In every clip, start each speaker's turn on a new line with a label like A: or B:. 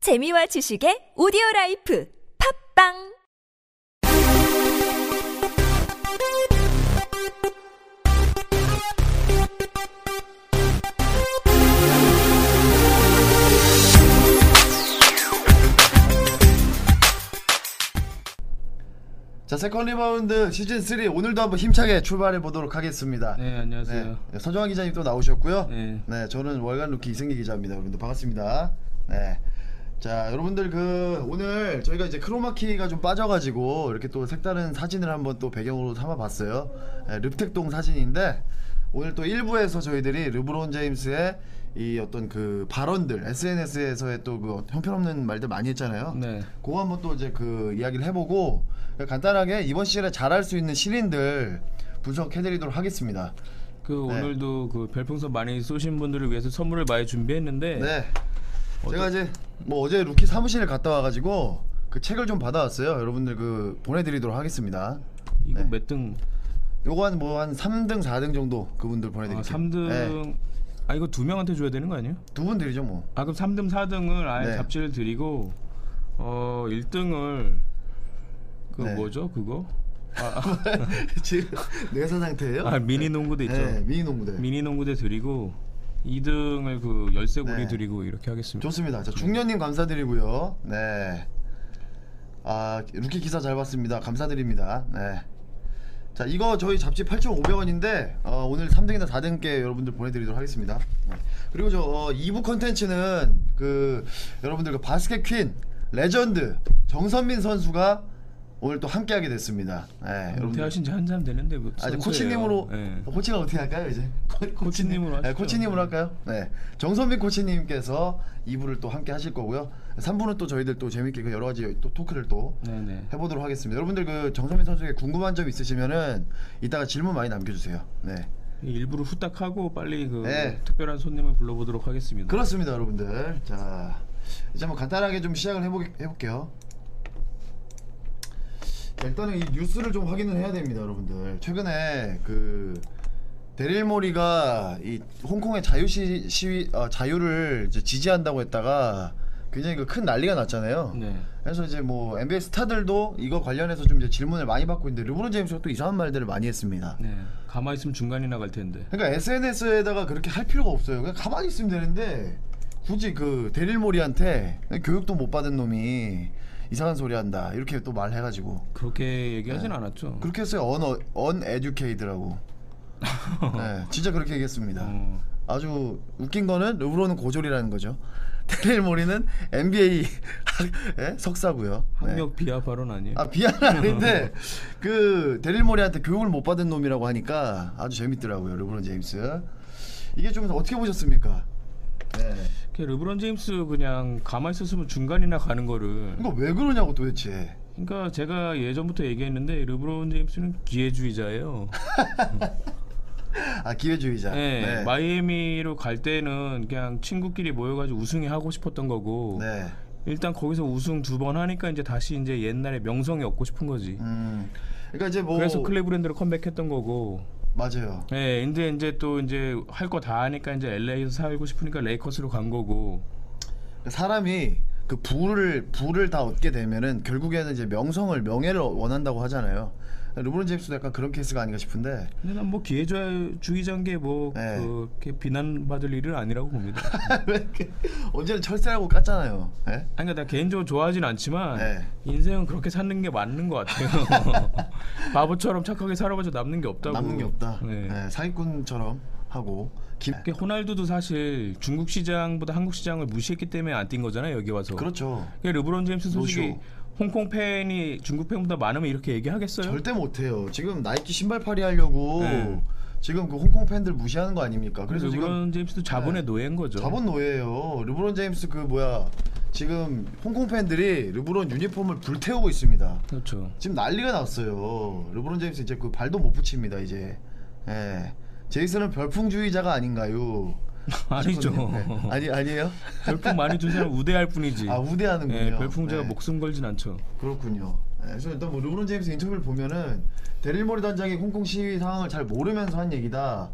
A: 재미와 지식의 오디오 라이프 팝빵
B: 자 세컨 리바운드 시즌 3 오늘도 한번 힘차게 출발해 보도록 하겠습니다.
C: 네 안녕하세요.
B: 네, 서정환 기자님 또 나오셨고요.
C: 네.
B: 네, 저는 월간 루키 이승기 기자입니다. 여러분들 반갑습니다. 네. 자, 여러분들 그 오늘 저희가 이제 크로마키가 좀 빠져가지고 이렇게 또 색다른 사진을 한번 또 배경으로 삼아봤어요. 네, 릅택동 사진인데 오늘 또 1부에서 저희들이 르브론 제임스의 이 어떤 그 발언들 SNS에서의 또 그 형편없는 말들 많이 했잖아요.
C: 네.
B: 그거 한번 또 이제 그 이야기를 해보고 간단하게 이번 시즌에 잘할 수 있는 신인들 분석해드리도록 하겠습니다.
C: 그
B: 네.
C: 오늘도 그 별풍선 많이 쏘신 분들을 위해서 선물을 많이 준비했는데
B: 네. 제가 이제 뭐 어제 루키 사무실을 갔다 와가지고 그 책을 좀 받아왔어요. 여러분들 그 보내드리도록 하겠습니다.
C: 이거
B: 네.
C: 몇 등?
B: 요거 한 뭐 한 3등, 4등 정도 그분들
C: 아,
B: 보내드릴게요.
C: 3등.
B: 네.
C: 아 이거 두 명한테 줘야 되는 거 아니에요?
B: 두분 드리죠 뭐.
C: 아 그럼 3등, 4등을 아예
B: 네.
C: 잡지를 드리고 어 1등을 그
B: 네.
C: 뭐죠 그거?
B: 지금 뇌사 상태예요?
C: 아 미니 농구대 있죠.
B: 네, 미니 농구대.
C: 미니 농구대 드리고 2등을 그 열쇠고리
B: 네.
C: 드리고 이렇게 하겠습니다.
B: 좋습니다. 자, 중년님 감사드리고요. 네. 아, 루키 기사 잘 봤습니다. 감사드립니다. 네. 자, 이거 저희 잡지 8,500원인데 어, 오늘 3등이나 4등께 여러분들 보내드리도록 하겠습니다. 네. 그리고 저 어, 2부 컨텐츠는 그 여러분들 그 바스켓 퀸 레전드 정선민 선수가 오늘 또 함께하게 됐습니다. 네,
C: 음,
B: 여러분들.
C: 은퇴하신 지 한참 되는데 뭐
B: 아, 이제
C: 선수예요.
B: 코치님으로
C: 네.
B: 코치가 어떻게 할까요 이제? 코-
C: 코치님으로
B: 네,
C: 하시죠.
B: 코치님으로 할까요? 네, 정선민 코치님께서 2부를 또 함께 하실 거고요. 3부는 또 저희들 또 재밌게 그 여러 가지 또 토크를 또
C: 네네.
B: 해보도록 하겠습니다. 여러분들 그 정선민 선수에게 궁금한 점 있으시면은 이따가 질문 많이 남겨주세요. 네,
C: 일부러 후딱 하고 빨리 그
B: 네.
C: 특별한 손님을 불러보도록 하겠습니다.
B: 그렇습니다, 여러분들. 자, 이제 한번 간단하게 좀 시작을 해보 해볼게요. 자, 일단은 이 뉴스를 좀 확인을 해야 됩니다, 여러분들. 최근에 그 데릴 모리가 이 홍콩의 자유 시, 시위 어, 자유를 이제 지지한다고 했다가 굉장히 그 큰 난리가 났잖아요.
C: 네.
B: 그래서 이제 뭐 NBA 스타들도 이거 관련해서 좀 이제 질문을 많이 받고 있는데 르브론 제임스가 또 이상한 말들을 많이 했습니다.
C: 네. 가만히 있으면 중간이 나갈 텐데.
B: 그러니까 SNS에다가 그렇게 할 필요가 없어요. 그냥 가만히 있으면 되는데 굳이 그 데릴모리한테 교육도 못 받은 놈이 이상한 소리 한다 이렇게 또 말해가지고
C: 그렇게 얘기하진 않았죠.
B: 네. 그렇게 했어요. 언어 언에듀케이드라고. 네, 진짜 그렇게 얘기했습니다.
C: 어,
B: 아주 웃긴 거는 르브론은 고졸이라는 거죠. 데릴모리는 NBA 예? 석사고요. 네.
C: 학력 비하 발언 아니에요.
B: 아 비하는 아닌데 그 데릴모리한테 교육을 못 받은 놈이라고 하니까 아주 재밌더라고요 르브론 제임스 이게 좀 어떻게 보셨습니까? 네.
C: 그 르브론 제임스 그냥 가만히 있었으면 중간이나 가는 거를.
B: 이거 왜 그러냐고 도대체
C: 그러니까 제가 예전부터 얘기했는데 르브론 제임스는 기회주의자예요.
B: 아 기회주의자
C: 네,
B: 네.
C: 마이애미로 갈 때는 그냥 친구끼리 모여가지고 우승이 하고 싶었던 거고
B: 네.
C: 일단 거기서 우승 두 번 하니까 이제 다시 이제 옛날에 명성이 얻고 싶은 거지.
B: 음 그러니까 이제 뭐
C: 그래서 클레브랜드로 컴백했던 거고
B: 맞아요
C: 네, 근데 이제 또 이제 할 거 다 하니까 이제 LA에서 살고 싶으니까 레이커스로 간 거고.
B: 그러니까 사람이 그 부를 부를 다 얻게 되면은 결국에는 이제 명성을 명예를 원한다고 하잖아요 르브론 제임스도 약간 그런 케이스가 아닌가 싶은데
C: 근데 난 뭐 기회주의자인 게뭐
B: 네.
C: 그렇게 비난받을 일은 아니라고 봅니다.
B: 왜 이렇게 언제는 철새라고 깠잖아요 네?
C: 아니 그러니까 나 개인적으로 좋아하진 않지만
B: 네.
C: 인생은 그렇게 사는 게 맞는 것 같아요. 바보처럼 착하게 살아봐서 남는 게 없다고.
B: 남는 게 없다.
C: 네.
B: 네, 사기꾼처럼 하고 김
C: 그 호날두도 사실 중국 시장보다 한국 시장을 무시했기 때문에 안 뛴 거잖아요 여기 와서.
B: 그렇죠.
C: 그러니까 르브론 제임스 솔직히
B: 노쇼.
C: 홍콩 팬이 중국 팬보다 많으면 이렇게 얘기하겠어요?
B: 절대 못해요. 지금 나이키 신발 팔이 하려고
C: 네.
B: 지금 그 홍콩 팬들 무시하는 거 아닙니까? 그래서
C: 그래서
B: 지금 네.
C: 르브론 제임스도 자본의 노예인 거죠.
B: 자본 노예예요. 르브론 제임스 그 뭐야 지금 홍콩 팬들이 르브론 유니폼을 불태우고 있습니다.
C: 그렇죠.
B: 지금 난리가 났어요. 르브론 제임스 이제 그 발도 못 붙입니다 이제. 예. 제이슨은 별풍주의자가 아닌가요?
C: 아니죠.
B: 네. 아니 아니에요?
C: 별풍 많이 준 사람 우대할 뿐이지.
B: 아 우대하는군요.
C: 예, 별풍자가
B: 네.
C: 목숨 걸진 않죠.
B: 그렇군요. 예, 그래서 일단 뭐 르브론 제임스 인터뷰를 보면은 데릴모리 단장이 홍콩 시위 상황을 잘 모르면서 한 얘기다.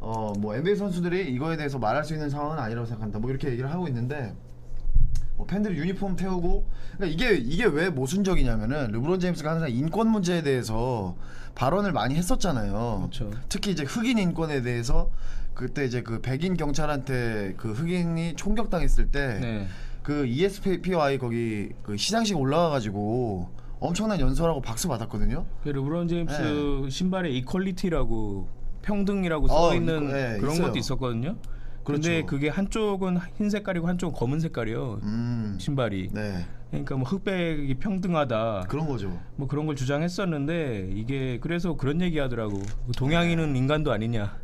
B: 어 뭐 NBA 선수들이 이거에 대해서 말할 수 있는 상황은 아니라고 생각한다. 뭐 이렇게 얘기를 하고 있는데 뭐 팬들이 유니폼 태우고 그러니까 이게 이게 왜 모순적이냐면은 르브론 제임스가 항상 인권 문제에 대해서 발언을 많이 했었잖아요.
C: 그렇죠.
B: 특히 이제 흑인 인권에 대해서 그때 이제 그 백인 경찰한테 그 흑인이 총격당했을 때 그
C: 네.
B: ESPY 거기 그 시상식 올라가가지고 엄청난 연설하고 박수 받았거든요.
C: 그 르브론 제임스 신발에 이퀄리티라고 평등이라고 써
B: 네. 어,
C: 있는
B: 이거- 네,
C: 그런
B: 있어요.
C: 것도 있었거든요. 근데
B: 그렇죠.
C: 그게 한쪽은 흰 색깔이고 한쪽은 검은 색깔이요.
B: 음,
C: 신발이.
B: 네 아,
C: 그러니까 뭐 흑백이 평등하다.
B: 그런 거죠.
C: 뭐 그런 걸 주장했었는데 이게 그래서 그런 얘기 하더라고. 동양인은 인간도 아니냐.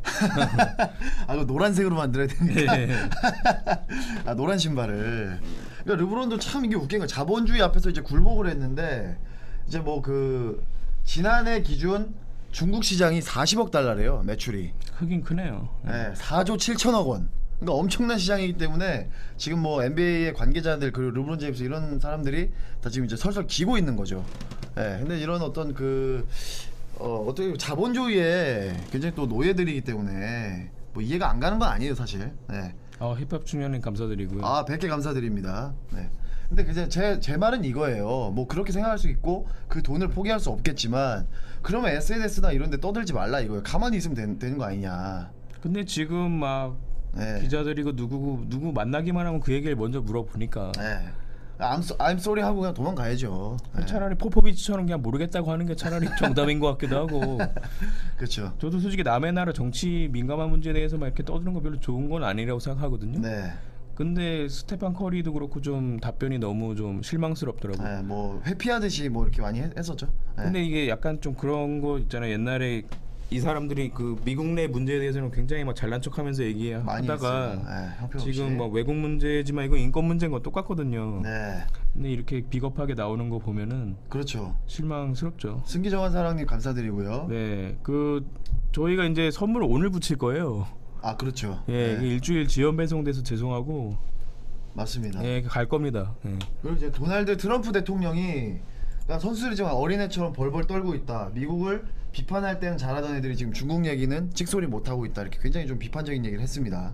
B: 아, 그 노란색으로 만들어야 되니까.
C: 예.
B: 아, 노란 신발을. 그러니까 르브론도 참 이게 웃긴 거 자본주의 앞에서 이제 굴복을 했는데 이제 뭐 그 지난해 기준 중국 시장이 40억 달러래요 매출이.
C: 크긴 크네요.
B: 네, 4조 7천억 원. 그러니까 엄청난 시장이기 때문에 지금 뭐 NBA의 관계자들 그리고 르브론 제임스 이런 사람들이 다 지금 이제 설설 기고 있는 거죠. 네, 근데 이런 어떤 그 어, 어떻게 보면 자본주의에 굉장히 또 노예들이기 때문에 뭐 이해가 안 가는 건 아니에요 사실. 네.
C: 어, 힙합 중년님 감사드리고요.
B: 아, 100개 감사드립니다. 네. 근데 그제 제, 제 말은 이거예요. 뭐 그렇게 생각할 수 있고 그 돈을 포기할 수 없겠지만 그러면 SNS나 이런 데 떠들지 말라 이거예요. 가만히 있으면 된- 되는 거 아니냐.
C: 근데 지금 막
B: 네.
C: 기자들이고 누구고 누구 만나기만 하면 그 얘기를 먼저 물어보니까
B: 네. I'm, so, I'm sorry 하고 그냥 도망가야죠. 네.
C: 차라리 포포비치처럼 그냥 모르겠다고 하는 게 차라리 정답인 것 같기도 하고
B: 그렇죠.
C: 저도 솔직히 남의 나라 정치 민감한 문제에 대해서 막 이렇게 떠드는 거 별로 좋은 건 아니라고 생각하거든요.
B: 네.
C: 근데 스테판 커리도 그렇고 좀 답변이 너무 좀 실망스럽더라고요.
B: 네. 뭐 회피하듯이 뭐 이렇게 많이 했, 었죠 네.
C: 근데 이게 약간 좀 그런 거 있잖아요. 옛날에 이 사람들이 그 미국 내 문제에 대해서는 굉장히 막 잘난 척하면서
B: 많이 했어요.
C: 얘기하다가
B: 네, 형편없이.
C: 지금 뭐 막 외국 문제지만 이건 인권 문제인 건 똑같거든요.
B: 네.
C: 근데 이렇게 비겁하게 나오는 거 보면은
B: 그렇죠.
C: 실망스럽죠.
B: 승기정한 사랑님 감사드리고요.
C: 네, 그 저희가 이제 선물을 오늘 붙일 거예요.
B: 아 그렇죠.
C: 예,
B: 네.
C: 일주일 지연 배송돼서 죄송하고
B: 맞습니다.
C: 예, 갈 겁니다. 예.
B: 그리고 이제 도널드 트럼프 대통령이 그러니까 선수들이지만 어린애처럼 벌벌 떨고 있다. 미국을 비판할 때는 잘하던 애들이 지금 중국 얘기는 찍소리 못 하고 있다. 이렇게 굉장히 좀 비판적인 얘기를 했습니다.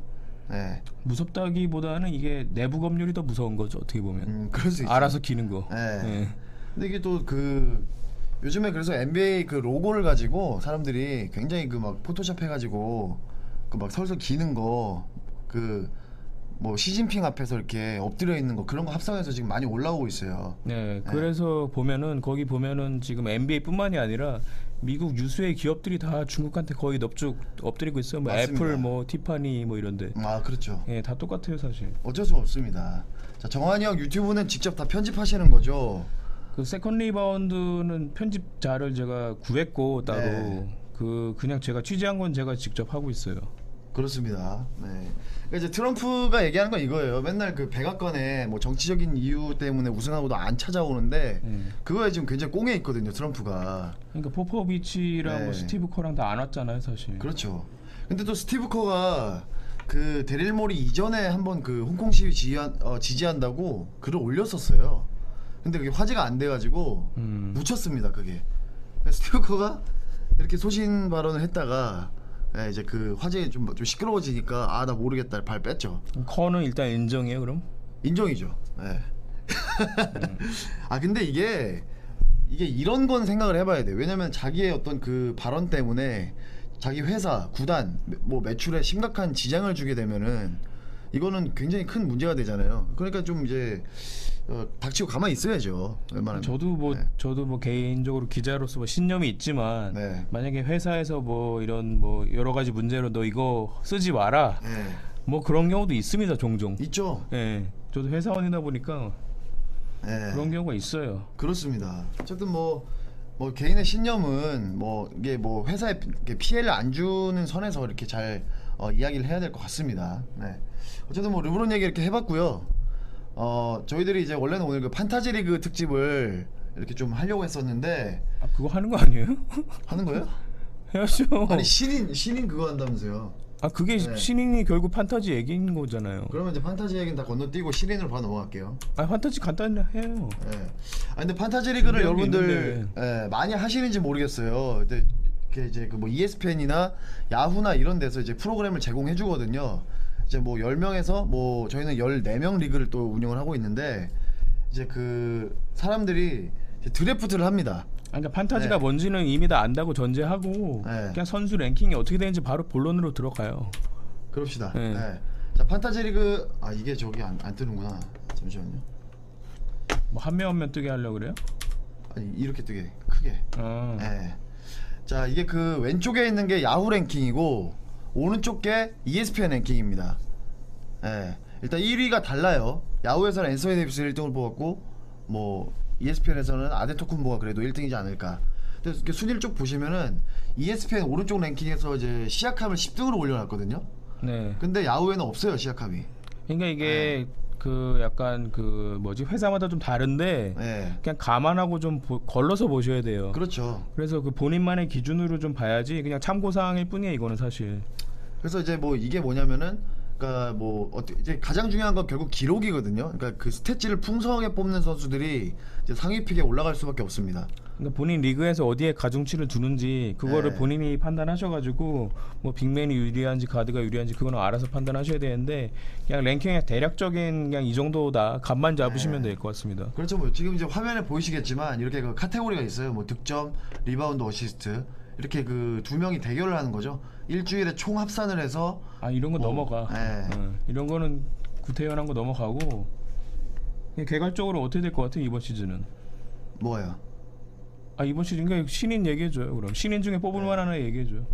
B: 네,
C: 무섭다기보다는 이게 내부 법률이 더 무서운 거죠. 어떻게 보면
B: 음, 그럴 수 있죠.
C: 알아서 기는 거.
B: 네.
C: 예.
B: 근데 이게 또 그 요즘에 그래서 NBA 그 로고를 가지고 사람들이 굉장히 그 막 포토샵 해가지고 그 막 설설 기는 거 그 뭐 시진핑 앞에서 이렇게 엎드려 있는 거 그런 거 합성해서 지금 많이 올라오고 있어요.
C: 네, 그래서 보면은 거기 보면은 지금 NBA뿐만이 아니라 미국 유수의 기업들이 다 중국한테 거의 넙죽 엎드리고 있어요. 뭐
B: 맞습니다.
C: 애플, 뭐 티파니, 뭐 이런데.
B: 아 그렇죠.
C: 예, 다 똑같아요 사실.
B: 어쩔 수 없습니다. 자 정한이 형 유튜브는 직접 다 편집하시는 거죠?
C: 그 세컨 리바운드는 편집자를 제가 구했고 따로
B: 네.
C: 그 그냥 제가 취재한 건 제가 직접 하고 있어요.
B: 그렇습니다. 네. 그러니까 이제 트럼프가 얘기하는 건 이거예요. 맨날 그 백악관에 뭐 정치적인 이유 때문에 우승하고도 안 찾아오는데
C: 예.
B: 그거에 지금 굉장히 꽁에 있거든요. 트럼프가.
C: 그러니까 포포비치랑
B: 네.
C: 뭐 스티브 커랑 다 안 왔잖아요 사실.
B: 그렇죠. 근데 또 스티브 커가 그 데릴모리 이전에 한번 그 홍콩 시위 지지한, 어, 지지한다고 글을 올렸었어요. 근데 그게 화제가 안 돼가지고
C: 음.
B: 묻혔습니다. 그게 스티브 커가 이렇게 소신 발언을 했다가 예, 이제 그 화제에 좀, 좀 시끄러워지니까 아 나 모르겠다 발 뺐죠.
C: 커는 일단 인정해요 그럼?
B: 인정이죠. 예.
C: 음.
B: 아 근데 이게 이게 이런 건 생각을 해봐야 돼. 요 왜냐면 자기의 어떤 그 발언 때문에 자기 회사, 구단, 매- 뭐 매출에 심각한 지장을 주게 되면은 이거는 굉장히 큰 문제가 되잖아요. 그러니까 좀 이제 어, 닥치고 가만히 있어야죠. 웬만하면.
C: 저도 뭐 저도 뭐 개인적으로 기자로서 뭐 신념이 있지만
B: 네.
C: 만약에 회사에서 뭐 이런 뭐 여러 가지 문제로 너 이거 쓰지 마라
B: 예.
C: 뭐 그런 경우도 있습니다 종종.
B: 있죠.
C: 예. 저도 회사원이다 보니까
B: 예.
C: 그런 경우가 있어요.
B: 그렇습니다. 어쨌든 뭐, 뭐 개인의 신념은 뭐 이게 뭐 회사에 피- 이렇게 피해를 안 주는 선에서 이렇게 잘 어, 이야기를 해야 될 것 같습니다. 네. 어쨌든 뭐 르브론 얘기 이렇게 해봤고요. 어 저희들이 이제 원래는 오늘 그 판타지 리그 특집을 이렇게 좀 하려고 했었는데
C: 아, 그거 하는 거 아니에요?
B: 하는 거예요?
C: 해야죠.
B: 아니 신인 신인 그거 한다면서요?
C: 아 그게
B: 네.
C: 신인이 결국 판타지 얘기인 거잖아요.
B: 그러면 이제 판타지 얘기는 다 건너뛰고 신인으로 바로 넘어갈게요.
C: 아 판타지 간단해요.
B: 예. 아 근데 판타지 리그를
C: 준비한 게
B: 여러분들 예, 많이 하시는지 모르겠어요. 근데 E 이렇게 이제 그 뭐 ESPN이나 야후나 이런 데서 이제 프로그램을 제공해 주거든요. 이제 뭐 10명에서 뭐 저희는 14명 리그를 또 운영을 하고 있는데 이제 그 사람들이 이제 드래프트를 합니다.
C: 그러니까 판타지가
B: 네.
C: 뭔지는 이미 다 안다고 전제하고
B: 네.
C: 그냥 선수 랭킹이 어떻게 되는지 바로 본론으로 들어가요.
B: 그럽시다.
C: 네.
B: 네. 자, 판타지 리그 아 이게 저기 안, 안 뜨는구나. 잠시만요.
C: 뭐 한 명 한 명 뜨게 하려고 그래요?
B: 아니 이렇게 뜨게 크게.
C: 아.
B: 네. 자, 이게 그 왼쪽에 있는 게 야후 랭킹이고 오른쪽 게 E ESPN 랭킹입니다. 네. 일단 1위가 달라요. 야후에서는 앤서니 데이비스 1등을 뽑았고 뭐 ESPN에서는 아데토쿤보가 그래도 1등이지 않을까. 근데 이렇게 순위를 쭉 보시면은 E ESPN 오른쪽 랭킹에서 이제 시약함을 10등으로 올려놨거든요.
C: 네.
B: 근데 야후에는 없어요 시약함이.
C: 그러니까
B: 네.
C: 이게 그 약간 그 뭐지 회사마다 좀 다른데
B: 네.
C: 그냥 감안하고 좀 보- 걸러서 보셔야 돼요.
B: 그렇죠.
C: 그래서 그 본인만의 기준으로 좀 봐야지 그냥 참고 사항일 뿐이에요 이거는 사실.
B: 그래서 이제 뭐 이게 뭐냐면은 그러니까 뭐 어떻게 이제 가장 중요한 건 결국 기록이거든요. 그러니까 그 스탯지를 풍성하게 뽑는 선수들이 이제 상위 픽에 올라갈 수밖에 없습니다.
C: 그러니까 본인 리그에서 어디에 가중치를 두는지 그거를
B: 네.
C: 본인이 판단하셔가지고 뭐 빅맨이 유리한지 가드가 유리한지 그거는 알아서 판단하셔야 되는데 그냥 랭킹의 대략적인 그냥 이 정도다 값만 잡으시면 될 것 같습니다.
B: 그렇죠. 뭐 지금 이제 화면에 보이시겠지만 이렇게 그 카테고리가 있어요. 뭐 득점, 리바운드, 어시스트 이렇게 그 두 명이 대결을 하는 거죠. 일주일에 총 합산을 해서
C: 아 이런 거
B: 뭐,
C: 넘어가.
B: 네.
C: 어, 이런 거는 구태연한 거 넘어가고 그냥 개괄적으로 어떻게 될 것 같아요 이번 시즌은?
B: 뭐예요?
C: 아 이번 시즌 그러니까 신인 얘기해줘요 그럼 신인 중에
B: 네.
C: 뽑을 만한 하나 얘기해줘요.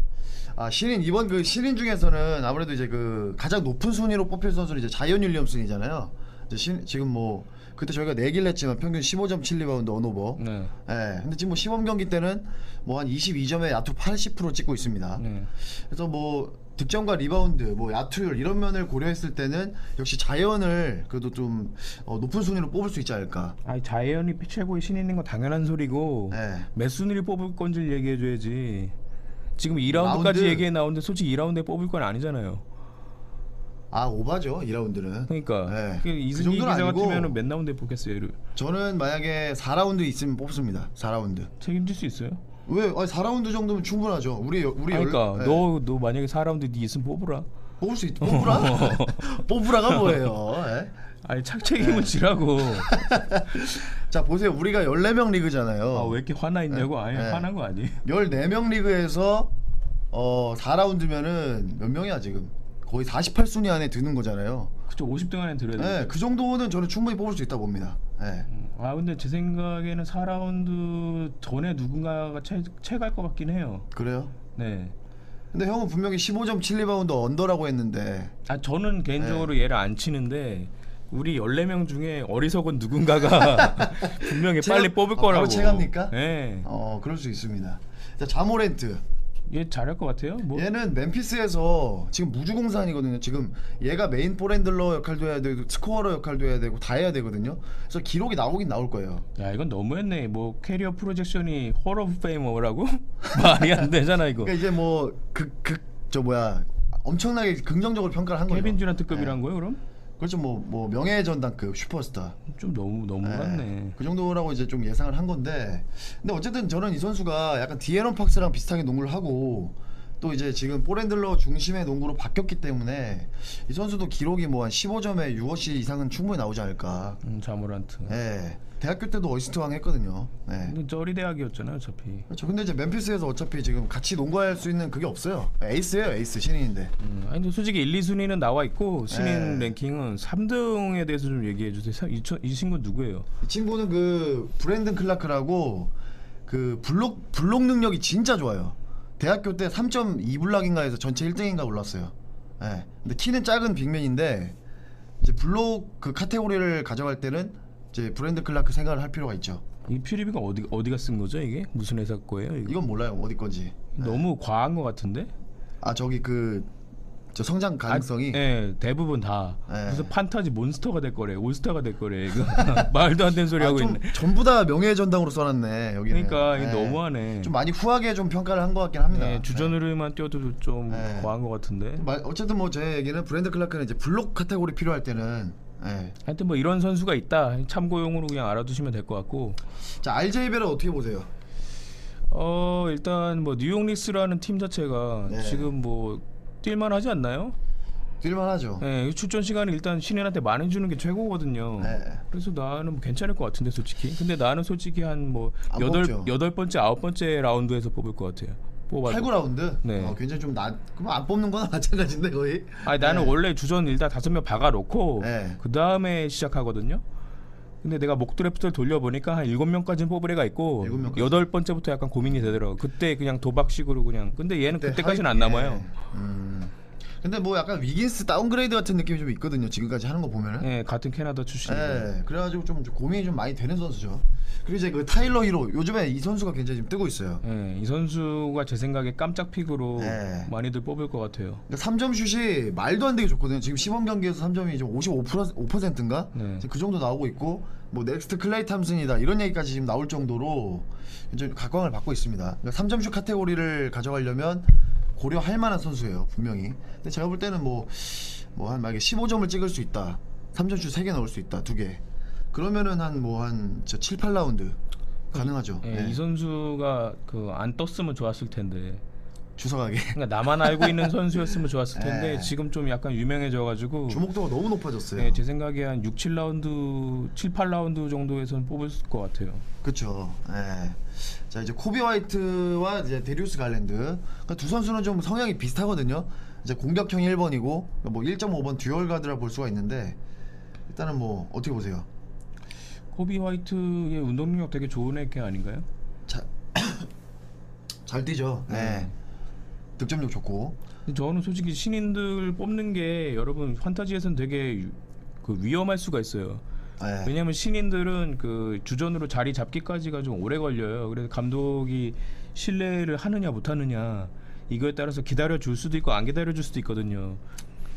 B: 아 신인 이번 그 신인 중에서는 아무래도 이제 그 가장 높은 순위로 뽑힐 선수는 이제 자이언 윌리엄슨이잖아요. 이제 신, 지금 뭐 그때 저희가 내기를 했지만 평균 15.7 리바운드 언오버.
C: 네.
B: 예. 근데 지금 뭐 시범 경기 때는 뭐 한 22점에 야투 80% 찍고 있습니다.
C: 네.
B: 그래서 뭐 득점과 리바운드, 뭐 야투율 이런 면을 고려했을 때는 역시 자연을 그래도 좀 어, 높은 순위로 뽑을 수 있지 않을까.
C: 아 자이언이 최고의 신인인 건 당연한 소리고
B: 네.
C: 몇 순위를 뽑을 건지를 얘기해줘야지. 지금 2라운드까지
B: 라운드.
C: 얘기해 나오는데 솔직히 2라운드에 뽑을 건 아니잖아요.
B: 아 오바죠 2라운드는.
C: 그러니까
B: 네.
C: 그
B: 그
C: 이승기
B: 정도는
C: 기자
B: 아니고.
C: 같으면 몇 라운드에 뽑겠어요? 얘를.
B: 저는 만약에 4라운드 있으면 뽑습니다. 4라운드.
C: 책임질 수 있어요?
B: 왜? 아니 4라운드 정도면 충분하죠. 우리 여- 우리 열-
C: 그러니까
B: 예.
C: 너 너 만약에 4라운드 네 있으면 뽑으라.
B: 뽑을 수 있. 뽑으라? 뽑으라가 뭐예요? 예.
C: 아니
B: 네.
C: 착 책임은 지라고.
B: 어. 자 보세요. 우리가 14명 리그잖아요.
C: 아 왜 이렇게 화나 있냐고 아예
B: 네.
C: 화난 거 아니에요?
B: 14명 리그에서 어 4라운드면은 몇 명이야 지금? 거의 48순위 안에 드는 거잖아요.
C: 그쵸 50등 안에 들어야 돼.
B: 네, 그 정도는 저는 충분히 뽑을 수 있다 봅니다. 네.
C: 아 근데 제 생각에는 4라운드 전에 누군가가 채, 채갈 것 같긴 해요.
B: 그래요?
C: 네.
B: 근데 형은 분명히 15.7 리바운드 언더라고 했는데
C: 아 저는 개인적으로
B: 네.
C: 얘를 안 치는데 우리 14명 중에 어리석은 누군가가 분명히
B: 체감-
C: 빨리 뽑을
B: 아, 바로
C: 거라고.
B: 체감입니까?
C: 예.
B: 어 그럴 수 있습니다. 자 자모렌트
C: 얘 잘할 것 같아요. 뭐
B: 얘는 멤피스에서 지금 무주공산이거든요. 지금 얘가 메인 포핸들러 역할도 해야 되고 스코어러 역할도 해야 되고 다 해야 되거든요. 그래서 기록이 나오긴 나올 거예요.
C: 야, 이건 너무했네. 뭐 캐리어 프로젝션이 홀 오브 페이머라고? 말이 안 되잖아, 이거.
B: 그러니까 이제 뭐 극 극 저 뭐야 엄청나게 긍정적으로 평가를 한 거예요. 네.
C: 케빈 듀란트급이란 거예요, 그럼?
B: 그렇죠 뭐 뭐 명예 전당급 그 슈퍼스타.
C: 좀 너무 너무
B: 네,
C: 같네.
B: 그 정도라고 이제 좀 예상을 한 건데 근데 어쨌든 저는 이 선수가 약간 디에런 팍스랑 비슷하게 농구를 하고 또 이제 지금 포랜들러 중심의 농구로 바뀌었기 때문에 이 선수도 기록이 뭐 한 15점에 6어시 이상은 충분히 나오지 않을까.
C: 음, 자모란트.
B: 예. 대학교 때도 어시스트 왕 했거든요. 예.
C: 근데 쩌리 대학이었잖아요, 어차피.
B: 그렇죠. 근데 이제 멤피스에서 어차피 지금 같이 농구할 수 있는 그게 없어요. 에이스예요, 에이스 신인인데.
C: 음, 아니 근데 솔직히 1, 2순위는 나와 있고 신인
B: 네.
C: 랭킹은 3등에 대해서 좀 얘기해 주세요. 삼- 이, 천- 이 친구 누구예요?
B: 이 친구는 그 브랜든 클라크라고 그 블록 블록 능력이 진짜 좋아요. 대학교 때 3.2블락인가 해서 전체 1등인가 올랐어요. 예. 근데 키는 작은 빅맨인데 이제 블록 그 카테고리를 가져갈 때는 이제 브랜드 클라크 생각을 할 필요가 있죠.
C: 이 퓨리비가 어디 어디가 쓴 거죠 이게 무슨 회사 거예요? 이거?
B: 이건 몰라요 어디 건지.
C: 너무 과한 것 같은데?
B: 아 저기 그 저 성장 가능성이.
C: 아, 예, 대부분 다
B: 예.
C: 무슨 판타지 몬스터가 될 거래, 올스타가 될 거래. 이거 말도 안 되는 소리
B: 아,
C: 하고
B: 좀
C: 있네.
B: 전부 다 명예의 전당으로 써놨네 여기는.
C: 그러니까 이게
B: 예.
C: 너무하네.
B: 좀 많이 후하게 좀 평가를 한 것 같긴 합니다.
C: 예, 주전으로만 뛰어도 좀
B: 예.
C: 과한 것 같은데.
B: 말- 어쨌든 뭐 제 얘기는 브랜드 클라크는 이제 블록 카테고리 필요할 때는 예.
C: 하여튼 뭐 이런 선수가 있다 참고용으로 그냥 알아두시면 될 것 같고
B: 자 RJ 베를 어떻게 보세요?
C: 어 일단 뭐 뉴욕 닉스라는 팀 자체가
B: 네.
C: 지금 뭐 뛸만하지 않나요?
B: 뛸만하죠.
C: 예, 출전 시간을 일단 신인한테 많이 주는 게 최고거든요.
B: 네.
C: 그래서 나는 뭐 괜찮을 것 같은데 솔직히. 근데 나는 솔직히 한 뭐
B: 안 뽑죠.
C: 여덟 여덟 번째 아홉 번째 라운드에서 뽑을 것 같아요. 뽑아.
B: 8, 9라운드?
C: 네.
B: 어, 굉장히 좀 낮, 그럼 안 뽑는 거나 마찬가지인데 거의?
C: 아니 나는 원래 주전 일단 다섯 명 박아놓고
B: 네.
C: 그 다음에 시작하거든요. 근데 내가 목 드래프트를 돌려보니까 한 일곱 명까지는 뽑을 애가 있고
B: 일곱 명까지.
C: 여덟 번째부터 약간 고민이 되더라고. 그때 그냥 도박식으로 그냥. 근데 얘는
B: 그때 네,
C: 그때까지는
B: 하위-
C: 안 남아요.
B: 예. 음. 근데 뭐 약간 위긴스 다운그레이드 같은 느낌이 좀 있거든요. 지금까지 하는 거 보면은.
C: 예, 같은 캐나다 출신.
B: 예, 그래가지고 좀 고민이 좀 많이 되는 선수죠. 그리고 이제 그 타일러 히로 요즘에 이 선수가 굉장히 지금 뜨고 있어요.
C: 예, 이 선수가 제 생각에 깜짝 픽으로
B: 네.
C: 많이들 뽑을 것 같아요.
B: 3점 슛이 말도 안 되게 좋거든요. 지금 시범 경기에서 3점이 지금 55%인가?
C: 네.
B: 그 정도 나오고 있고 뭐 넥스트 클레이 탐슨이다 이런 얘기까지 지금 나올 정도로 이제 각광을 받고 있습니다. 그러니까 3점 슛 카테고리를 가져가려면 고려할 만한 선수예요 분명히. 근데 제가 볼 때는 뭐, 뭐뭐한 만약에 15점을 찍을 수 있다, 3점 슛 3개 넣을 수 있다, 2개 그러면은 한 뭐 한 7, 8라운드 가능하죠.
C: 예,
B: 네.
C: 이 선수가 그 안 떴으면 좋았을 텐데.
B: 주석하게
C: 그러니까 나만 알고 있는 선수였으면 좋았을 텐데
B: 네.
C: 지금 좀 약간 유명해져가지고
B: 주목도가 너무 높아졌어요.
C: 어. 네, 제 생각에 한 6, 7라운드, 7, 8라운드 정도에서는 뽑을 것 같아요.
B: 그렇죠. 예. 자 이제 코비 화이트와 이제 데리우스 갈랜드 그러니까 두 선수는 좀 성향이 비슷하거든요. 이제 공격형 1번이고 뭐 1.5번 듀얼 가드라 볼 수가 있는데 일단은 뭐 어떻게 보세요?
C: 코비 화이트의 운동 능력 되게 좋은 애게 아닌가요?
B: 자, 잘 뛰죠. 예.
C: 네.
B: 득점력 좋고
C: 근데 저는 솔직히 신인들 뽑는 게 여러분 환타지에서는 되게 유- 그 위험할 수가 있어요.
B: 예.
C: 왜냐하면 신인들은 그 주전으로 자리 잡기까지가 좀 오래 걸려요. 그래서 감독이 신뢰를 하느냐 못하느냐 이거에 따라서 기다려 줄 수도 있고 안 기다려 줄 수도 있거든요.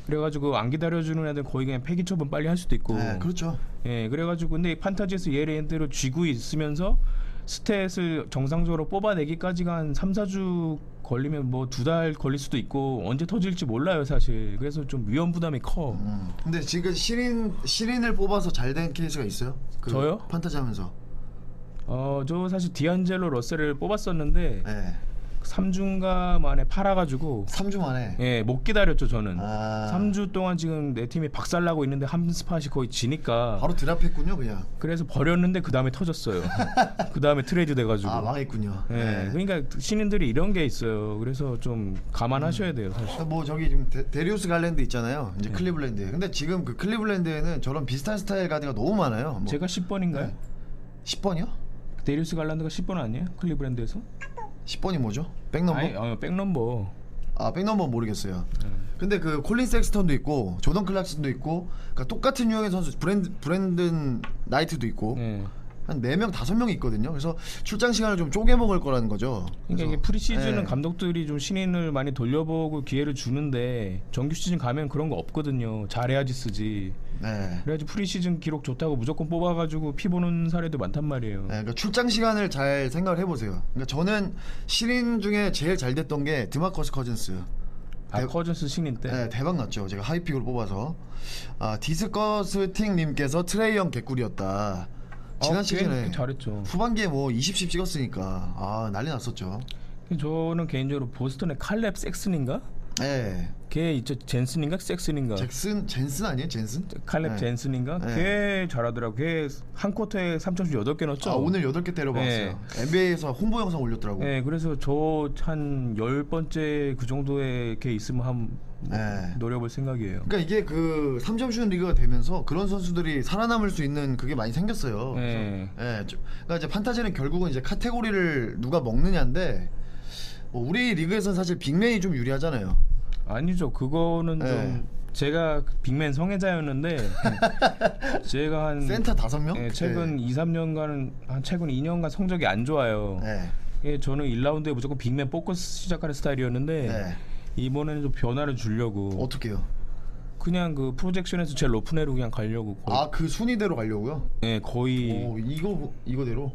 C: 그래가지고 안 기다려 주는 애들 거의 그냥 폐기 처분 빨리 할 수도 있고.
B: 예, 그렇죠.
C: 예, 그래가지고 근데 이 판타지에서 예를 로 쥐고 있으면서 스탯을 정상적으로 뽑아내기까지가 한 3, 4주 걸리면 뭐 두 달 걸릴 수도 있고 언제 터질지 몰라요 사실. 그래서 좀 위험 부담이 커.
B: 음. 근데 지금 신인 신인을 뽑아서 잘 된 케이스가 있어요? 그
C: 저요?
B: 판타지 하면서.
C: 어, 저 사실 디안젤로 러셀을 뽑았었는데
B: 예.
C: 3중가 만에 팔아가지고
B: 3주 만에.
C: 예, 못 기다렸죠 저는.
B: 아.
C: 3주 동안 지금 내 팀이 박살나고 있는데 한 스팟이 거의 지니까
B: 아, 바로 드랍했군요, 그냥.
C: 그래서 버렸는데 그 다음에 터졌어요. 그 다음에 트레이드 돼가지고.
B: 아, 망했군요.
C: 예,
B: 예.
C: 그러니까 신인들이 이런 게 있어요. 그래서 좀 감안하셔야 돼요. 사실.
B: 뭐 저기 지금 데, 데리우스 갈랜드 있잖아요.
C: 네.
B: 이제 클리블랜드에. 근데 지금 그 클리블랜드에는 저런 비슷한 스타일 가드가 너무 많아요. 뭐
C: 제가 10번인가요?
B: 10번이요?
C: 데리우스 갈란드가 10번 아니에요? 클리브랜드에서?
B: 10번이 뭐죠? 백넘버?
C: 아니, 어, 네. 백넘버.
B: 아, 백넘버 모르겠어요. 근데 그 콜린 섹스턴도 있고 조던 클락슨도 있고 그러니까 똑같은 유형의 선수 브랜드 브랜든 나이트도 있고
C: 예.
B: 한 4명 5명이 있거든요. 그래서 출장 시간을 좀 쪼개 먹을 거라는 거죠.
C: 그러니까
B: 그래서-
C: 이게 프리시즌은
B: 예.
C: 감독들이 좀 신인을 많이 돌려보고 기회를 주는데 정규 시즌 가면 그런 거 없거든요. 잘해야지 쓰지.
B: 네.
C: 그래야지 프리시즌 기록 좋다고 무조건 뽑아가지고 피 보는 사례도 많단 말이에요.
B: 네, 그러니까 출장 시간을 잘 생각을 해보세요. 그러니까 저는 신인 중에 제일 잘 됐던 게 드마커스 커즌스.
C: 아 커즌스 신인 때.
B: 네, 대박 났죠. 제가 하이픽으로 뽑아서 아, 디스커스팅 님께서 트레이 형 개꿀이었다. 지난
C: 아,
B: 시즌에
C: 그게 잘했죠.
B: 후반기에 뭐 20씩 찍었으니까 아 난리 났었죠.
C: 저는 개인적으로 보스턴의 칼렙 섹슨인가?
B: 네,
C: 걔 있죠 젠슨인가 섹슨인가?
B: 잭슨 젠슨 아니에요, 젠슨?
C: 칼렙
B: 네.
C: 젠슨인가?
B: 네.
C: 걔 잘하더라고. 걔 한 쿼터에 3점슛 8개 넣었죠.
B: 아, 오늘 8개 때려봤어요. NBA에서 홍보 영상 올렸더라고. 요
C: 어. 네, 그래서 저 한 열번째그 정도의 걔 있으면 한
B: 네.
C: 노려볼 생각이에요.
B: 그러니까 이게 그 3점 슛 리그가 되면서 그런 선수들이 살아남을 수 있는 그게 많이 생겼어요. 그래서
C: 네.
B: 예, 좀- 그러니까 이제 판타지는 결국은 이제 카테고리를 누가 먹느냐인데 뭐 우리 리그에서는 사실 빅맨이 좀 유리하잖아요.
C: 아니죠. 그거는
B: 네.
C: 좀 제가 빅맨 성애자였는데 제가 한
B: 센터 다섯 명?
C: 예, 최근 이 2, 3년간 한 최근 2년간 성적이 안 좋아요.
B: 네.
C: 예, 저는 1라운드에 무조건 빅맨 뽑고 시작하는 스타일이었는데
B: 네.
C: 이번에는 좀 변화를 주려고
B: 어떻게요?
C: 그냥 그 프로젝션에서 제일 높은 애로 그냥 가려고 거의,
B: 아 그 순위대로 가려고요?
C: 예, 거의
B: 오 이거 이거대로.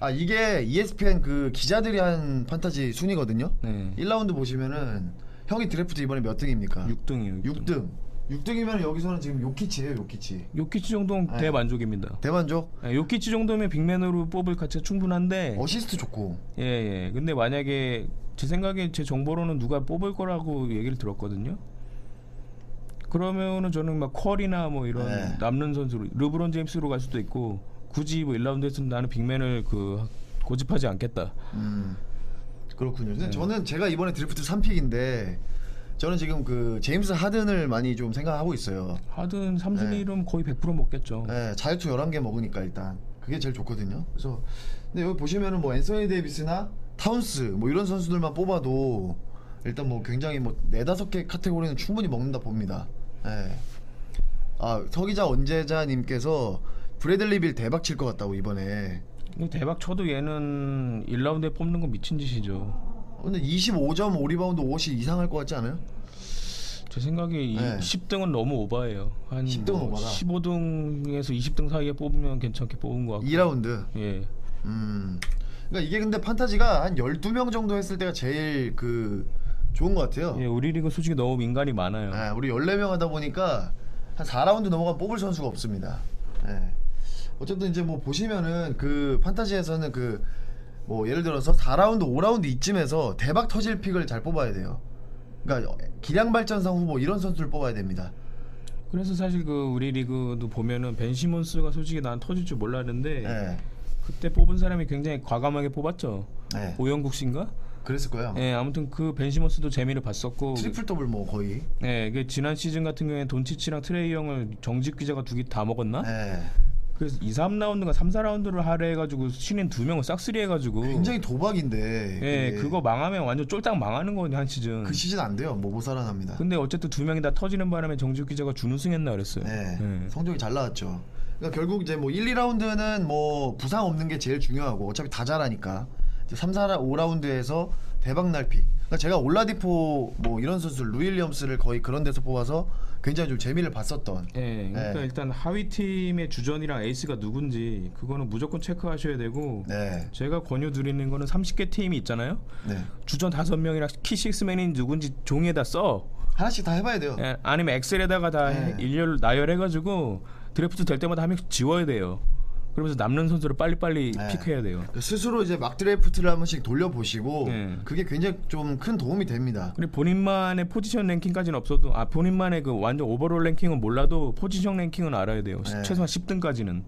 B: 아 이게 ESPN 그 기자들이 한 판타지 순위거든요.
C: 네.
B: 1라운드 보시면은 형이 드래프트 이번에 몇 등입니까?
C: 6등이에요.
B: 6등. 6등이면 여기서는 지금 요키치예요, 요키치.
C: 요키치 정도면
B: 네.
C: 대만족입니다.
B: 대만족.
C: 예, 요키치 정도면 빅맨으로 뽑을 가치가 충분한데
B: 어시스트 좋고.
C: 예, 예. 근데 만약에 제 생각에 제 정보로는 누가 뽑을 거라고 얘기를 들었거든요. 그러면은 저는 막 쿼리나 뭐 이런
B: 네.
C: 남는 선수로 르브론 제임스로 갈 수도 있고 굳이 뭐 1라운드에서는 나는 빅맨을 그 고집하지 않겠다.
B: 음, 그렇군요. 근데 저는 제가 이번에 드리프트 3픽인데 저는 지금 그 제임스 하든을 많이 좀 생각하고 있어요.
C: 하든 3순위로 거의 100% 먹겠죠.
B: 네, 자유투 11개 먹으니까 일단 그게 제일 좋거든요. 그래서 근데 여기 보시면은 뭐 앤서니 데이비스나 타운스 뭐 이런 선수들만 뽑아도 일단 뭐 굉장히 뭐 네다섯 개 카테고리는 충분히 먹는다 봅니다. 네. 아, 서기자 언제자 님께서 브래들리 빌 대박 칠 것 같다고 이번에.
C: 이거 대박 쳐도 얘는 1라운드에 뽑는 건 미친 짓이죠.
B: 근데 25.5 리바운드 5이 이상할 것 같지 않아요?
C: 제 생각에 이
B: 네.
C: 10등은 너무 오바예요. 한
B: 10등 은
C: 뭐
B: 오바다.
C: 15등에서 20등 사이에 뽑으면 괜찮게 뽑은 것 같고.
B: 2라운드.
C: 예.
B: 음. 그러니까 이게 근데 판타지가 한 12명 정도 했을 때가 제일 그 좋은 것 같아요.
C: 예, 우리 리그 솔직히 너무 민간이 많아요.
B: 예, 우리 14명 하다 보니까 한 4라운드 넘어가면 뽑을 선수가 없습니다. 예. 어쨌든 이제 뭐 보시면은 그 판타지에서는 그 뭐 예를 들어서 4라운드, 5라운드 이쯤에서 대박 터질 픽을 잘 뽑아야 돼요. 그러니까 기량 발전상 후보 이런 선수를 뽑아야 됩니다.
C: 그래서 사실 그 우리 리그도 보면은 벤 시몬스가 솔직히 난 터질 줄 몰랐는데
B: 예.
C: 그때 뽑은 사람이 굉장히 과감하게 뽑았죠.
B: 예.
C: 오영국 씨인가?
B: 그랬을 거예요. 아마.
C: 예, 아무튼 그 벤 시몬스도 재미를 봤었고
B: 트리플 더블 뭐 거의.
C: 예, 이게 지난 시즌 같은 경우에 돈치치랑 트레이 형을 정직 기자가 두 개 다 먹었나?
B: 예.
C: 그래서 2, 3라운드가 3, 4라운드를 하래 해가지고 신인 두 명을 싹쓸이 해가지고
B: 굉장히 도박인데.
C: 예,
B: 그게
C: 그거 망하면 완전 쫄딱 망하는 거거든요 한 시즌.
B: 그 시즌 안 돼요. 뭐 못 살아납니다.
C: 근데 어쨌든 두 명이 다 터지는 바람에 정직 기자가 준우승했나 그랬어요.
B: 네.
C: 예.
B: 성적이 잘 나왔죠. 그러니까 결국 이제 뭐 1, 2라운드는 뭐 부상 없는 게 제일 중요하고 어차피 다 잘하니까 이제 3, 4, 5라운드에서 대박 날 픽. 그러니까 제가 올라디포 뭐 이런 선수 루일리엄스를 거의 그런 데서 뽑아서 굉장히 좀 재미를 봤었던.
C: 예, 그러니까
B: 네.
C: 일단 하위 팀의 주전이랑 에이스가 누군지 그거는 무조건 체크하셔야 되고
B: 네.
C: 제가 권유 드리는 거는 30개 팀이 있잖아요.
B: 네.
C: 주전 다섯 명이랑 키 식스맨이 누군지 종이에다 써.
B: 하나씩 다 해봐야 돼요.
C: 예, 아니면 엑셀에다가 다
B: 네.
C: 해- 일렬로 나열해가지고 드래프트 될 때마다 한 명씩 지워야 돼요. 그러면서 남는 선수를 빨리빨리
B: 네.
C: 픽해야 돼요.
B: 그러니까 스스로 이제 막 드래프트를 한 번씩 돌려보시고
C: 네.
B: 그게 굉장히 좀 큰 도움이 됩니다.
C: 그리고 본인만의 포지션 랭킹까지는 없어도 아 본인만의 그 완전 오버롤 랭킹은 몰라도 포지션 랭킹은 알아야 돼요. 시-
B: 네.
C: 최소한 10등까지는.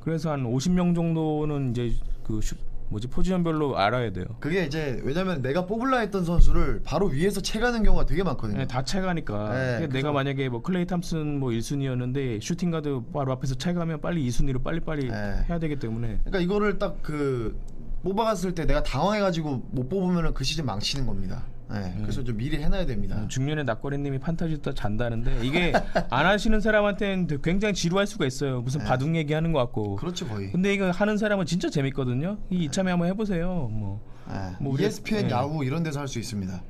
C: 그래서 한 50명 정도는 이제 그 슈- 뭐지 포지션별로 알아야 돼요.
B: 그게 이제 왜냐면 내가 뽑으려 했던 선수를 바로 위에서 채가는 경우가 되게 많거든요.
C: 네, 다 채가니까.
B: 네,
C: 그러니까
B: 그래서-
C: 내가 만약에 뭐 클레이 탐슨 뭐 1순위였는데 슈팅 가드 바로 앞에서 채가면 빨리 2순위로 빨리빨리
B: 네.
C: 해야 되기 때문에
B: 그러니까 이거를 딱 그 뽑아갔을 때 내가 당황해가지고 못 뽑으면 그 시즌 망치는 겁니다. 예,
C: 네.
B: 그래서 좀 미리 해놔야 됩니다.
C: 뭐 중년의 낙거리님이 판타지 듣다 잔다는데 이게 안 하시는 사람한테는 되게 굉장히 지루할 수가 있어요. 무슨
B: 네.
C: 바둑 얘기하는 것 같고.
B: 그렇죠 거의.
C: 근데 이거 하는 사람은 진짜 재밌거든요. 이 이참에 한번 해보세요. 뭐
B: 예,
C: 뭐 우리-
B: ESPN
C: 예.
B: 야후 이런 데서 할 수 있습니다.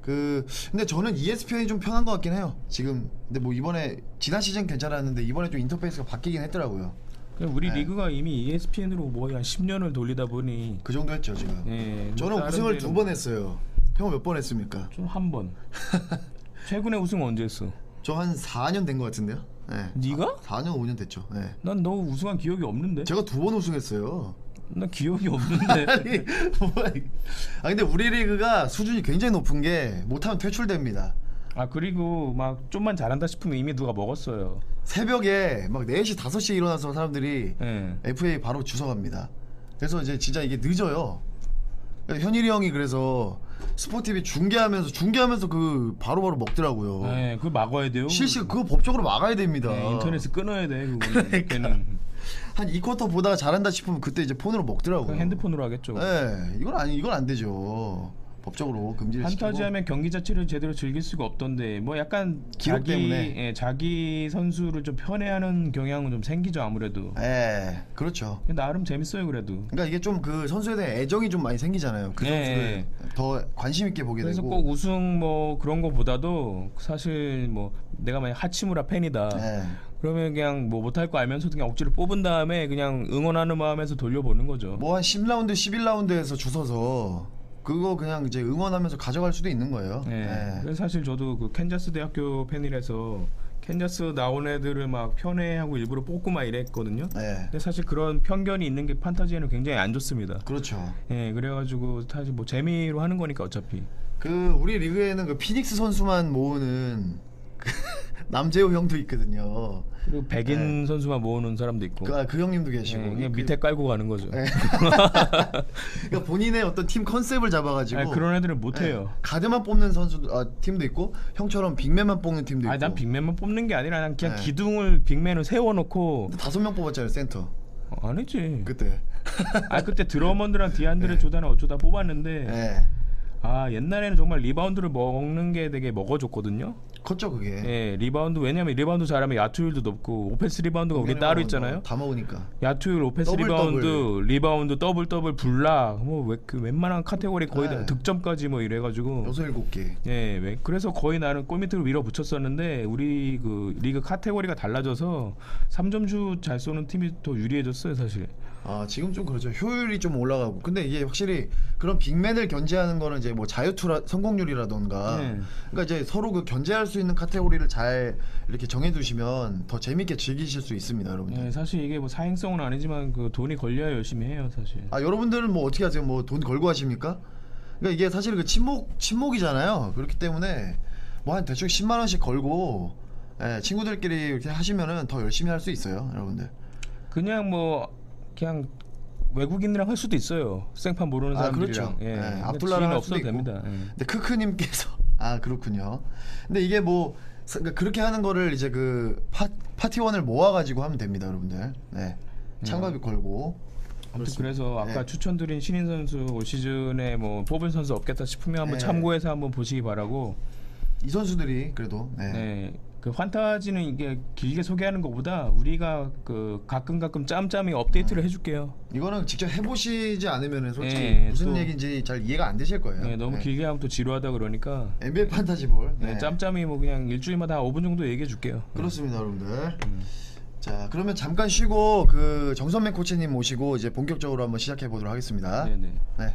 B: 그 근데 저는 ESPN이 좀 편한 것 같긴 해요. 지금 근데 뭐 이번에 지난 시즌 괜찮았는데 이번에 좀 인터페이스가 바뀌긴 했더라고요.
C: 그냥 우리
B: 네.
C: 리그가 이미 E ESPN으로 거의 한 10년을 돌리다 보니
B: 그 정도 했죠 지금.
C: 예,
B: 저는
C: 다른
B: 우승을
C: 데는
B: 두 번 했어요. 형은 몇 번 했습니까?
C: 좀 한 번. 최근에 우승 언제 했어?
B: 저 한 4년 된 것 같은데요. 예.
C: 네가?
B: 4년 5년 됐죠. 예.
C: 난 너 우승한 기억이 없는데.
B: 제가 두 번 우승했어요.
C: 나 기억이 없는데.
B: 아니, 뭐야, 이게. 아 근데 우리 리그가 수준이 굉장히 높은 게 못하면 퇴출됩니다.
C: 아 그리고 막 좀만 잘한다 싶으면 이미 누가 먹었어요.
B: 새벽에 막 4시, 5시에 일어나서 사람들이
C: 예.
B: FA 바로 주워갑니다. 그래서 이제 진짜 이게 늦어요. 그러니까 현일이 형이 그래서 스포티비 중계하면서 중계하면서 그 바로바로 먹더라고요.
C: 예, 그거 막아야 돼요.
B: 어. 실시 그거 법적으로 막아야 됩니다.
C: 예, 인터넷을 끊어야 돼. 그거는.
B: 그러니까.
C: 걔는
B: 한 2쿼터 보다가 잘한다 싶으면 그때 이제 폰으로 먹더라고요.
C: 그건 핸드폰으로 하겠죠.
B: 예. 이건 아니 이건 안 되죠. 법적으로 금지를 시키고.
C: 판타지하면 경기 자체를 제대로 즐길 수가 없던데 뭐 약간
B: 기록
C: 자기,
B: 때문에.
C: 예, 자기 선수를 좀 편애하는 경향은 좀 생기죠 아무래도.
B: 예. 그렇죠.
C: 근데 나름 재밌어요 그래도.
B: 그러니까 이게 좀 그 선수에 대한 애정이 좀 많이 생기잖아요. 그
C: 네.
B: 선수를 더 관심 있게 보게
C: 그래서
B: 되고.
C: 꼭 우승 뭐 그런 거보다도 사실 뭐 내가 만약 하치무라 팬이다.
B: 네.
C: 그러면 그냥 뭐 못할 거 알면서도 그냥 억지로 뽑은 다음에 그냥 응원하는 마음에서 돌려보는 거죠.
B: 뭐한 10라운드, 11라운드에서 주워서 그거 그냥 이제 응원하면서 가져갈 수도 있는 거예요.
C: 예.
B: 네.
C: 그래서 사실 저도 그 캔자스 대학교 팬이라서 캔자스 나온 애들을 막 편애하고 일부러 뽑고 막 이랬거든요.
B: 네.
C: 근데 사실 그런 편견이 있는 게 판타지에는 굉장히 안 좋습니다.
B: 그렇죠.
C: 예, 그래가지고 사실 뭐 재미로 하는 거니까 어차피.
B: 그 우리 리그에는 그 피닉스 선수만 모으는 그 남재호 형도 있거든요.
C: 그리고 백인 선수만 모으는 사람도 있고.
B: 네. 그, 아, 그 네, 형님도 계시고.
C: 예, 그냥 밑에 깔고 가는 거죠.
B: 그러니까 본인의 어떤 팀 컨셉을 잡아가지고. 네.
C: 아니, 그런 애들은 못 해요.
B: 가드만 뽑는 선수 아, 팀도 있고 형처럼 빅맨만 뽑는 팀도 네. 있고.
C: 아니 난 빅맨만 뽑는 게 아니라 난 그냥
B: 네.
C: 기둥을 빅맨을 세워놓고
B: 근데 다섯 명 뽑았잖아요 센터
C: 어, 아니지.
B: 그때.
C: 아 그때 드러먼드랑 디안드레
B: 네.
C: 조단을 어쩌다 뽑았는데
B: 예.
C: 아 옛날에는 정말 리바운드를 먹는 게 되게 먹어줬거든요.
B: 컸죠 그게.
C: 예, 리바운드 왜냐면 리바운드가 잘하면 야투율도 높고 오펜스 리바운드가 우리
B: 빅맨을
C: 따로
B: 먹으면
C: 있잖아요.
B: 예. 다 먹으니까.
C: 야투율, 오펜스
B: 더블,
C: 리바운드, 리바운드 더블 더블 블락 뭐그 웬만한 카테고리 거의 다
B: 네.
C: 득점까지 뭐 이래가지고
B: 여섯 일곱 개.
C: 예, 왜- 그래서 거의 나는 골밑으로 밀어붙였었는데 우리 그 리그 카테고리가 달라져서 3점슛 잘 쏘는 팀이 더 유리해졌어요 사실.
B: 아 지금 좀 그렇죠. 효율이 좀 올라가고. 근데 이게 확실히 그런 빅맨을 견제하는 거는 이제 뭐 자유투라 성공률이라던가.
C: 네.
B: 그러니까 이제 서로 그 견제할 수 있는 카테고리를 잘 이렇게 정해두시면 더 재밌게 즐기실 수 있습니다, 여러분들.
C: 예, 사실 이게 뭐 사행성은 아니지만 그 돈이 걸려야 열심히 해요 사실.
B: 아 여러분들은 뭐 어떻게 하세요? 뭐 돈 걸고 하십니까? 그러니까 이게 사실 그 친목 친목이잖아요. 그렇기 때문에 뭐 한 대충 10만 원씩 걸고 예, 친구들끼리 이렇게 하시면은 더 열심히 할 수 있어요, 여러분들.
C: 그냥 뭐 그냥 외국인이랑 할 수도 있어요. 생판 모르는
B: 아,
C: 사람들이랑.
B: 그렇죠. 예,
C: 그러니까
B: 아플라랑
C: 지인
B: 할 수도
C: 없어도
B: 있고.
C: 됩니다. 예.
B: 근데 크크님께서 아 그렇군요. 근데 이게 뭐 사- 그러니까 그렇게 하는 거를 이제 그 파, 파티원을 모아가지고 하면 됩니다, 여러분들. 네, 참가비 걸고.
C: 아무튼 음. 그래서 아까
B: 네.
C: 추천드린 신인 선수 올 시즌에 뭐 뽑은 선수 없겠다 싶으면 한번
B: 네.
C: 참고해서 한번 보시기 바라고.
B: 이 선수들이 그래도 네.
C: 네. 그 환타지는 이게 길게 소개하는 것보다 우리가 그 가끔 가끔 짬짬이
B: 네.
C: 업데이트를 해줄게요.
B: 이거는 직접 해보시지 않으면 솔직히
C: 네,
B: 무슨
C: 또-
B: 얘기인지 잘 이해가 안 되실 거예요.
C: 네, 너무
B: 네.
C: 길게 하면 또 지루하다 그러니까
B: NBA 판타지볼.
C: 네,
B: 네.
C: 짬짬이 뭐 그냥 일주일마다 한 5분 정도 얘기해 줄게요.
B: 그렇습니다, 여러분들.
C: 음.
B: 자, 그러면 잠깐 쉬고 그 정선맨 코치님 모시고 이제 본격적으로 한번 시작해 보도록 하겠습니다.
C: 네, 네.
B: 네.